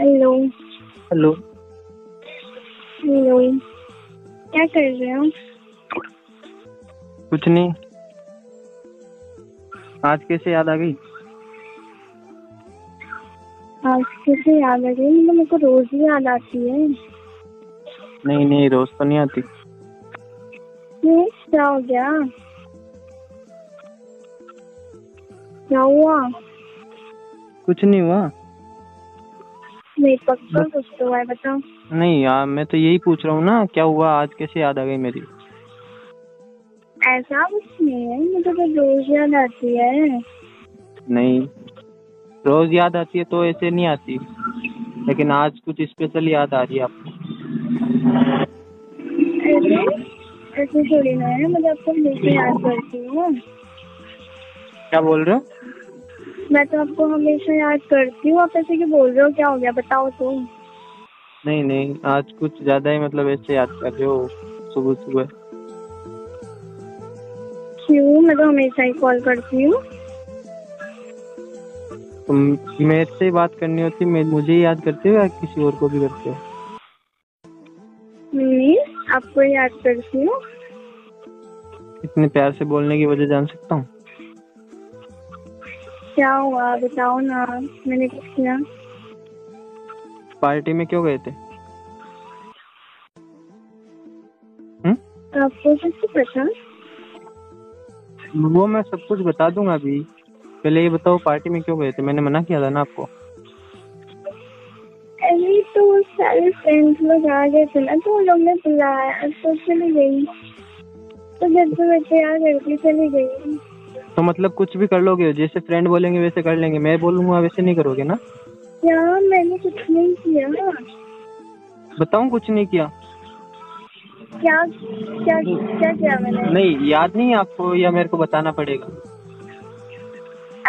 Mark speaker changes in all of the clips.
Speaker 1: Hello
Speaker 2: hello
Speaker 1: hello क्या कर रहे हो
Speaker 2: कुछ नहीं आज कैसे याद आ गई
Speaker 1: आज कैसे याद आ गई मतलब मेरे को रोज ही याद आती है
Speaker 2: नहीं नहीं रोज तो नहीं आती
Speaker 1: क्यों क्या हो गया क्या हुआ
Speaker 2: कुछ नहीं हुआ
Speaker 1: नहीं पक्का कुछ तो हुआ है बताओ
Speaker 2: नहीं यार मैं तो यही पूछ रहा हूँ ना क्या हुआ आज कैसे याद आ गई मेरी
Speaker 1: ऐसा कुछ नहीं है मुझे तो रोज याद आती है
Speaker 2: नहीं रोज याद आती है तो ऐसे नहीं आती लेकिन आज कुछ स्पेशल याद आ रही है आपको
Speaker 1: अरे ऐसे थोड़ी ना है मुझे आपको हमेशा याद करती हूँ
Speaker 2: क्या बोल रहे हो
Speaker 1: मैं तो आपको हमेशा याद करती हूँ आप ऐसे क्यों बोल रहे हो क्या हो गया बताओ तो
Speaker 2: नहीं नहीं आज कुछ ज्यादा ही मतलब ऐसे याद कर रहे हो सुबह सुबह
Speaker 1: क्यों मैं तो हमेशा ही कॉल करती हूँ
Speaker 2: तुम तो मेरे से ही बात करनी होती मैं- मुझे ही याद करते हो या किसी और को भी करते हो
Speaker 1: नहीं आपको याद करती हूँ
Speaker 2: इतने प्यार से बोलने की वजह जान सकता हूँ
Speaker 1: क्या हुआ बताओ ना मैंने कुछ किया
Speaker 2: पार्टी में क्यों गए थे
Speaker 1: तो आपको कैसे पता
Speaker 2: हम्म? वो मैं सब कुछ बता दूंगा अभी पहले ये बताओ पार्टी में क्यों गए थे मैंने मना किया था ना आपको
Speaker 1: अरे तो सारे फ्रेंड्स लोग आ गए थे ना तो उन लोग ने बुलाया तो चली गई तो घर पे बैठे आ करके चली गई
Speaker 2: तो मतलब कुछ भी कर लोगे जैसे फ्रेंड बोलेंगे वैसे कर लेंगे मैं बोलूंगा वैसे नहीं करोगे ना
Speaker 1: क्या मैंने कुछ नहीं किया
Speaker 2: बताऊं कुछ नहीं किया
Speaker 1: क्या क्या क्या किया मैंने
Speaker 2: नहीं याद नहीं है आपको या मेरे को बताना पड़ेगा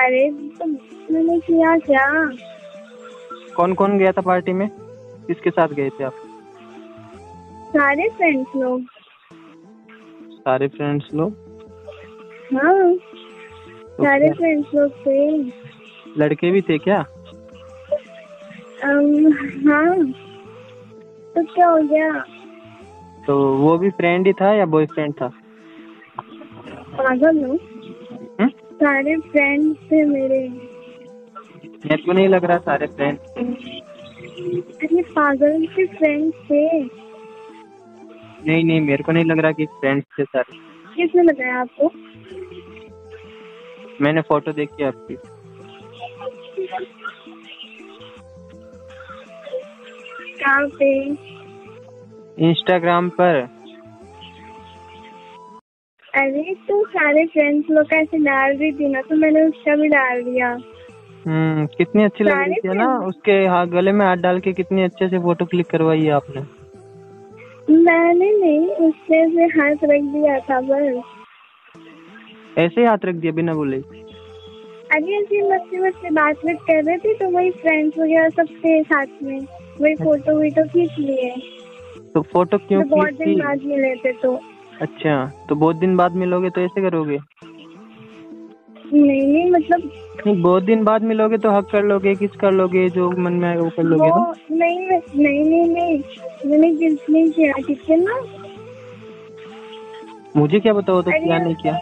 Speaker 1: अरे तो मैंने किया क्या
Speaker 2: कौन कौन गया था पार्टी में किसके साथ गए थे आप
Speaker 1: सारे फ्रेंड्स लोग
Speaker 2: सारे फ्रेंड्स लोग
Speaker 1: हाँ
Speaker 2: तो
Speaker 1: सारे
Speaker 2: क्या-
Speaker 1: फ्रेंड्स लोग थे
Speaker 2: लड़के भी थे क्या
Speaker 1: अम, हाँ तो क्या हो गया
Speaker 2: तो वो भी फ्रेंड ही था या बॉयफ्रेंड था
Speaker 1: पागल हो
Speaker 2: हम्म?
Speaker 1: सारे फ्रेंड्स थे मेरे
Speaker 2: मेरे को नहीं लग रहा सारे फ्रेंड
Speaker 1: अरे पागल के फ्रेंड्स थे
Speaker 2: नहीं नहीं मेरे को नहीं लग रहा कि फ्रेंड्स थे सारे
Speaker 1: किसने बताया आपको
Speaker 2: मैंने फोटो देखी आपकी
Speaker 1: कहाँ पे
Speaker 2: इंस्टाग्राम पर
Speaker 1: अरे तो सारे फ्रेंड्स लोग का ऐसे डाल रही थी ना तो मैंने उसका भी डाल दिया
Speaker 2: हम्म, कितनी अच्छी लग रही
Speaker 1: सारे
Speaker 2: थी है ना उसके हाँ गले में हाथ डाल के कितनी अच्छे से फोटो क्लिक करवाई है आपने
Speaker 1: मैंने नहीं उसने से हाथ रख दिया था बस
Speaker 2: ऐसे ही हाथ रख दिया बिना बोले
Speaker 1: अरे ऐसे मस्ती मस्ती बात बात कर रहे थे तो वही फ्रेंड्स वगैरह सब थे साथ में वही फोटो वीटो खींच लिए
Speaker 2: तो फोटो क्यों
Speaker 1: तो बहुत
Speaker 2: क्लिक
Speaker 1: दिन
Speaker 2: की
Speaker 1: बाद मिले थे तो
Speaker 2: अच्छा तो बहुत दिन बाद मिलोगे तो ऐसे करोगे
Speaker 1: नहीं नहीं मतलब
Speaker 2: नहीं बहुत दिन बाद मिलोगे तो हक कर लोगे किस कर लोगे जो मन में आएगा वो कर लोगे ना
Speaker 1: वो नहीं मैं- नहीं नहीं नहीं मैंने किस नहीं किया ठीक है ना
Speaker 2: मुझे क्या बताओ तो
Speaker 1: अरे
Speaker 2: क्या नहीं किया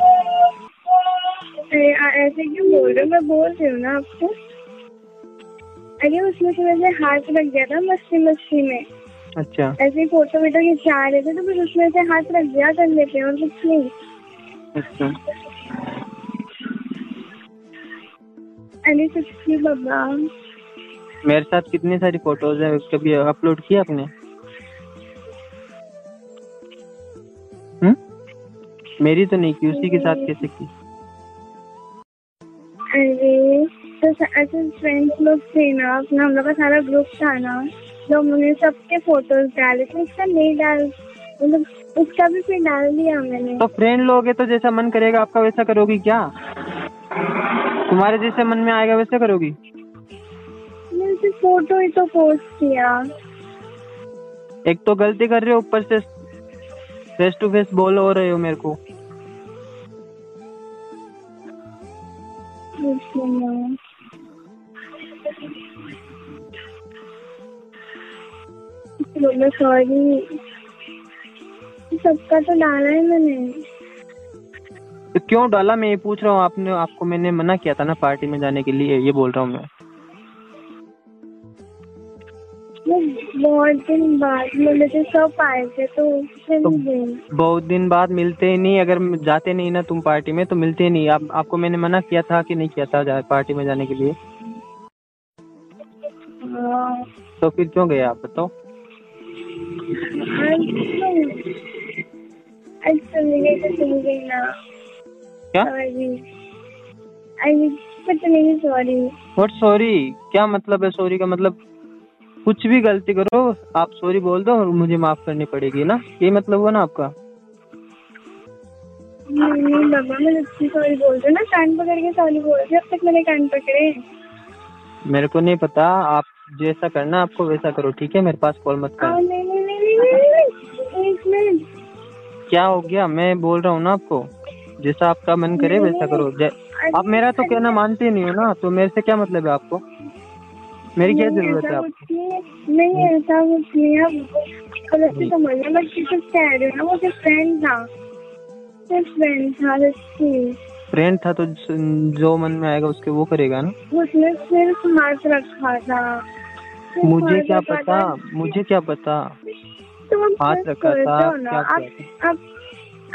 Speaker 1: अरे आ- ऐसे क्यों बोल रहे हो मैं बोल रही हूँ ना आपको अरे उसमें से वैसे हाथ रख दिया था मस्ती मस्ती में
Speaker 2: अच्छा
Speaker 1: ऐसे फोटो वीटो खिंचा रहे थे तो फिर उसमें से हाथ रख दिया कर लेते हैं और कुछ नहीं
Speaker 2: अच्छा
Speaker 1: अरे कुछ नहीं बाबा
Speaker 2: मेरे साथ कितनी सारी फोटोज है कभी अपलोड की आपने हम्म? मेरी तो नहीं की उसी के साथ कैसे की
Speaker 1: अरे तो स- ऐसे फ्रेंड्स लोग थे ना अपना हम लोग का सारा ग्रुप था ना तो हमने सबके फोटोज डाले थे उसका नहीं डाल मतलब उसका भी फिर डाल दिया मैंने
Speaker 2: तो फ्रेंड लोग है तो जैसा मन करेगा आपका वैसा करोगी क्या तुम्हारे जैसे मन में आएगा वैसे करोगी
Speaker 1: मैंने उसे फोटो ही तो पोस्ट किया
Speaker 2: एक तो गलती कर रहे हो ऊपर से फेस टू फेस बोल हो रहे हो मेरे को
Speaker 1: इसलिए बोलो सॉरी सबका तो डाला है मैंने
Speaker 2: तो क्यों डाला मैं ये पूछ रहा हूँ आपने आपको मैंने मना किया था ना पार्टी में जाने के लिए ये बोल रहा हूँ मैं
Speaker 1: मैं बहुत दिन बाद मतलब जब सब आए थे तो फिर
Speaker 2: तो-
Speaker 1: गई
Speaker 2: बहुत दिन बाद मिलते ही नहीं अगर जाते नहीं ना तुम पार्टी में तो मिलते ही नहीं आप आपको मैंने मना किया था कि नहीं किया था जा, पार्टी में जाने के लिए
Speaker 1: हाँ,
Speaker 2: तो फिर क्यों गए आप बताओ
Speaker 1: आज तो- आज चली गई तो चली गई ना
Speaker 2: क्या
Speaker 1: सॉरी आई कुछ नहीं सॉरी
Speaker 2: बट सॉरी क्या मतलब है सॉरी का मतलब कुछ भी गलती करो आप सॉरी बोल दो और मुझे माफ करनी पड़ेगी ना ये मतलब हुआ ना आपका
Speaker 1: नहीं नहीं बाबा मैं अच्छी सॉरी बोल रही हूँ ना कान पकड़ के सॉरी बोल रही हूँ अब तक मैंने कान पकड़े
Speaker 2: मेरे को नहीं पता आप जैसा करना आपको वैसा करो ठीक है मेरे पास कॉल मत
Speaker 1: हाँ,
Speaker 2: करो
Speaker 1: नहीं नहीं नहीं नहीं नहीं, नहीं, नहीं, एक मिनट
Speaker 2: क्या हो गया मैं बोल रहा हूँ ना आपको जैसा आपका मन करे वैसा करो जै... आप मेरा तो कहना मानते ही नहीं हो ना तो मेरे से क्या मतलब है आपको मेरी क्या
Speaker 1: नहीं,
Speaker 2: जरूरत है
Speaker 1: ऐसा
Speaker 2: आपको हम्म।
Speaker 1: कुछ नहीं है। नहीं ऐसा कुछ नहीं है आप गलत से समझ रहे बट जो कह रहे हो ना वो सिर्फ फ्रेंड था सिर्फ फ्रेंड था सच्ची
Speaker 2: फ्रेंड था तो ज- जो मन में आएगा उसके वो करेगा ना
Speaker 1: उसने सिर्फ हाथ रखा था सिर्फ
Speaker 2: मुझे
Speaker 1: हाथ
Speaker 2: क्या
Speaker 1: रखा
Speaker 2: पता
Speaker 1: था।
Speaker 2: मुझे क्या पता
Speaker 1: तुम अब
Speaker 2: हाथ
Speaker 1: trust
Speaker 2: रखा
Speaker 1: कर
Speaker 2: था,
Speaker 1: दो ना
Speaker 2: क्या
Speaker 1: आप आप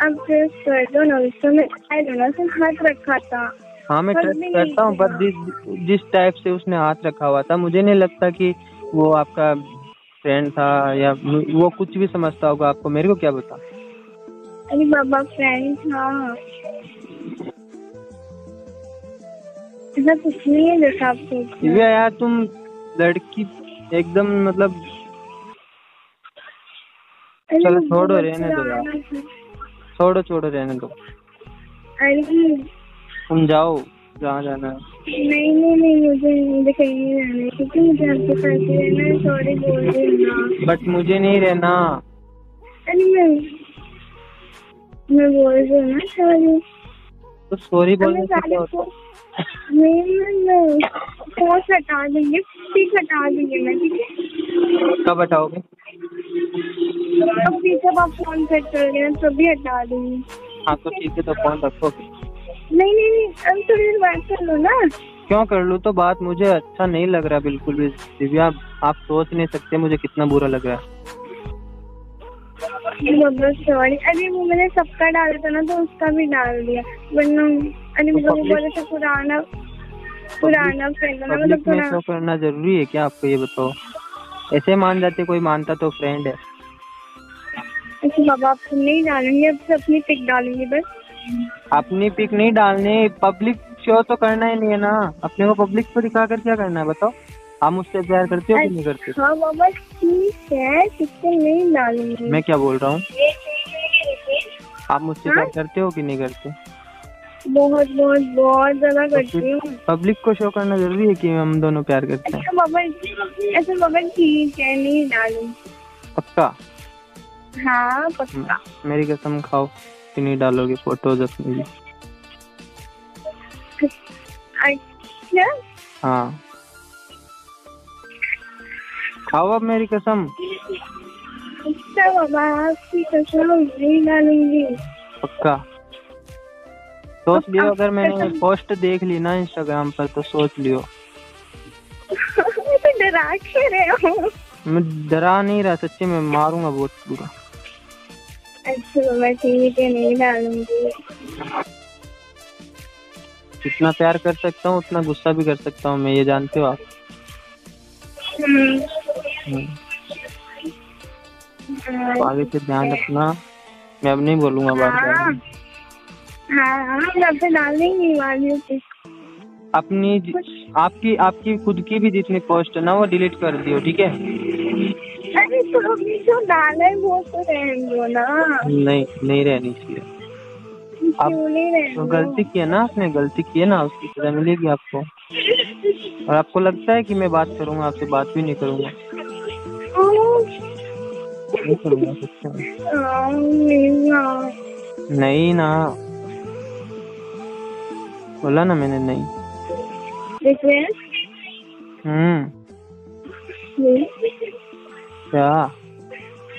Speaker 1: आप ट्रस्ट कर दो ना उसको मैं कह रही हूँ ना सिर्फ हाथ रखा था
Speaker 2: हाँ मैं
Speaker 1: पर
Speaker 2: ट्रस्ट
Speaker 1: नहीं हाँ।
Speaker 2: करता हूँ पर
Speaker 1: किया।
Speaker 2: जिस जिस टाइप से उसने हाथ रखा हुआ था मुझे नहीं लगता कि वो आपका फ्रेंड था या मु- वो कुछ भी समझता होगा आपको मेरे को क्या पता
Speaker 1: अरे बाबा फ्रेंड था ऐसा कुछ नहीं है जैसा आप सोच रहे हो।
Speaker 2: दिव्या यार तुम लड़की एकदम मतलब
Speaker 1: अरे
Speaker 2: चलो
Speaker 1: वो
Speaker 2: छोड़ो,
Speaker 1: बहुत
Speaker 2: रहने दो यार।
Speaker 1: पुराना था।
Speaker 2: छोड़ो छोड़ो रहने दो
Speaker 1: अरे
Speaker 2: तुम जाओ जहाँ जाना है
Speaker 1: नहीं नहीं नहीं मुझे मुझे कहीं नहीं रहना है क्योंकि मुझे आपके साथ ही रहना है सॉरी बोल रही हूँ ना।
Speaker 2: बट मुझे नहीं रहना
Speaker 1: अरे मैं मैं बोल रही हूँ ना सॉरी
Speaker 2: तो सॉरी बोलने
Speaker 1: हमें सारे
Speaker 2: से क्या होता
Speaker 1: को नहीं नहीं नहीं फोर्स हटा देंगे पीछे हटा देंगे मैं ठीक है
Speaker 2: है? कब हटाओगे
Speaker 1: अब पीछे आप फोन कट करोगे ना तभी तो हटा दूंगी
Speaker 2: हाँ तो ठीक है तो फोन रखो
Speaker 1: नहीं नहीं नहीं अब थोड़ी देर बात कर लो ना
Speaker 2: क्यों कर लूँ तो बात मुझे अच्छा नहीं लग रहा बिल्कुल भी दिव्या आप सोच नहीं सकते मुझे कितना बुरा लग रहा है
Speaker 1: बाबा सॉरी अरे वो मैंने सबका डाला था ना तो उसका भी डाल दिया वरना अरे
Speaker 2: तो
Speaker 1: मतलब वो
Speaker 2: public-
Speaker 1: बोले थे पुराना पुराना फ्रेंड ना मतलब
Speaker 2: पब्लिक में
Speaker 1: पुराना
Speaker 2: शो करना जरूरी है क्या आपको ये बताओ ऐसे मान जाते कोई मानता तो फ्रेंड है
Speaker 1: अच्छा बाबा आप तुम नहीं डालेंगे अब से अपनी पिक डालूंगी बस
Speaker 2: अपनी पिक नहीं डालनी पब्लिक शो तो करना ही नहीं है ना अपने को पब्लिक को दिखा कर क्या करना है बताओ आप मुझसे प्यार करते हो कि नहीं करते
Speaker 1: हाँ बाबा ठीक है पिक्चर नहीं डालूंगी
Speaker 2: मैं क्या बोल रहा हूँ आप मुझसे
Speaker 1: हाँ?
Speaker 2: प्यार करते हो कि नहीं करते
Speaker 1: बहुत बहुत बहुत ज्यादा करती हूँ
Speaker 2: पब्लिक को शो करना जरूरी है कि हम दोनों प्यार करते हैं
Speaker 1: अच्छा बाबा अच्छा बाबा ठीक है नहीं डालूंगी
Speaker 2: पक्का
Speaker 1: हाँ पक्का
Speaker 2: मेरी कसम खाओ कि नहीं डालोगे फोटोज अपनी भी
Speaker 1: अच्छा
Speaker 2: हाँ खाओ अब मेरी कसम
Speaker 1: अच्छा बाबा आपकी कसम नहीं डालूंगी
Speaker 2: पक्का सोच
Speaker 1: अब
Speaker 2: लियो
Speaker 1: आप
Speaker 2: अगर मैंने
Speaker 1: कसम-
Speaker 2: पोस्ट देख ली ना इंस्टाग्राम पर तो सोच लियो
Speaker 1: मैं तो डरा के रहे हूँ
Speaker 2: मैं डरा नहीं रहा सच्ची में मारूंगा बहुत बुरा
Speaker 1: अच्छा बाबा ठीक है नहीं डालूंगी
Speaker 2: जितना प्यार कर सकता हूँ उतना गुस्सा भी कर सकता हूँ मैं ये जानते हो आप
Speaker 1: हम्म,
Speaker 2: हम्म,
Speaker 1: हाँ,
Speaker 2: तो आगे से ध्यान रखना मैं अब नहीं बोलूंगा बार
Speaker 1: हाँ
Speaker 2: बार
Speaker 1: हाँ हाँ, मैं आपसे डाल देंगी वाली पिक
Speaker 2: अपनी जि- आपकी आपकी खुद की भी जितनी पोस्ट है ना वो डिलीट कर दियो ठीक है
Speaker 1: अरे तो अभी जो डाला है वो तो रहने दो ना
Speaker 2: नहीं नहीं रहनी चाहिए
Speaker 1: क्यों नहीं रहने
Speaker 2: तो
Speaker 1: दो?
Speaker 2: गलती की है ना आपने गलती की है ना उसकी सजा मिलेगी आपको और आपको लगता है कि मैं बात करूंगा आपसे बात भी नहीं करूंगा नहीं करूंगा सच में।
Speaker 1: हाँ, नहीं, हाँ।
Speaker 2: नहीं ना बोला ना मैंने नहीं
Speaker 1: देखिए
Speaker 2: हम्म
Speaker 1: ये-
Speaker 2: अच्छा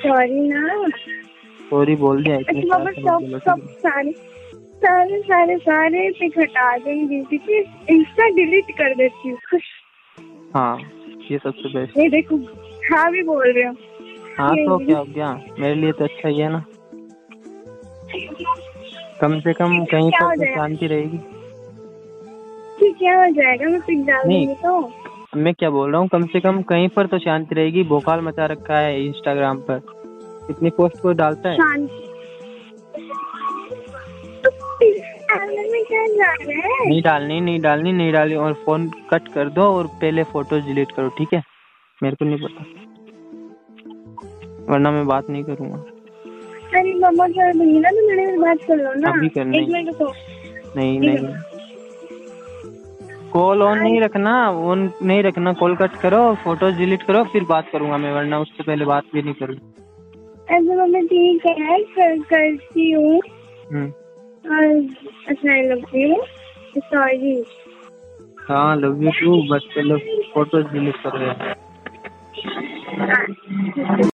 Speaker 1: सॉरी ना
Speaker 2: सॉरी बोल दिया इतने
Speaker 1: अच्छा बाबा
Speaker 2: सारे लोग
Speaker 1: सब
Speaker 2: बोले
Speaker 1: सब
Speaker 2: तो-
Speaker 1: सारे सारे सारे सारे पिक हटा देंगी क्योंकि इंस्टा डिलीट कर देती हूँ खुश
Speaker 2: हाँ ये सबसे बेस्ट
Speaker 1: नहीं देखो हाँ भी बोल रहे हो
Speaker 2: हाँ तो
Speaker 1: नहीं।
Speaker 2: क्या हो गया मेरे लिए तो अच्छा ही है ना कम से कम कहीं
Speaker 1: क्या हो
Speaker 2: पर तो
Speaker 1: जाएगा?
Speaker 2: शांति रहेगी
Speaker 1: ठीक है हो जाएगा मैं पिक डाल
Speaker 2: नहीं।
Speaker 1: दूंगी तो
Speaker 2: मैं क्या बोल रहा हूँ कम से कम कहीं पर तो शांति रहेगी भोकाल मचा रखा है इंस्टाग्राम पर इतनी पोस्ट को डालता है
Speaker 1: शांति तो पिक डालने में क्या जा रहा है
Speaker 2: नहीं डालनी नहीं डालनी नहीं डालनी और फोन कट कर दो और पहले फोटो डिलीट करो ठीक है मेरे को नहीं पता वरना मैं बात नहीं करूँगा
Speaker 1: अरे मम्मा कर दूंगी ना तो मेरे से बात कर लो ना
Speaker 2: अभी करना
Speaker 1: एक
Speaker 2: है।
Speaker 1: मिनट रुको
Speaker 2: नहीं
Speaker 1: ठीक है।
Speaker 2: नहीं कॉल ऑन नहीं रखना ऑन नहीं रखना कॉल कट करो फोटो डिलीट करो फिर बात करूंगा मैं वरना उससे पहले बात भी नहीं करूंगा
Speaker 1: ऐसे मम्मी ठीक है कर करती हूँ
Speaker 2: हम्म,
Speaker 1: और अच्छा लगती हूँ सॉरी
Speaker 2: हाँ लव यू टू बस पहले फोटो डिलीट करो यार
Speaker 1: हाँ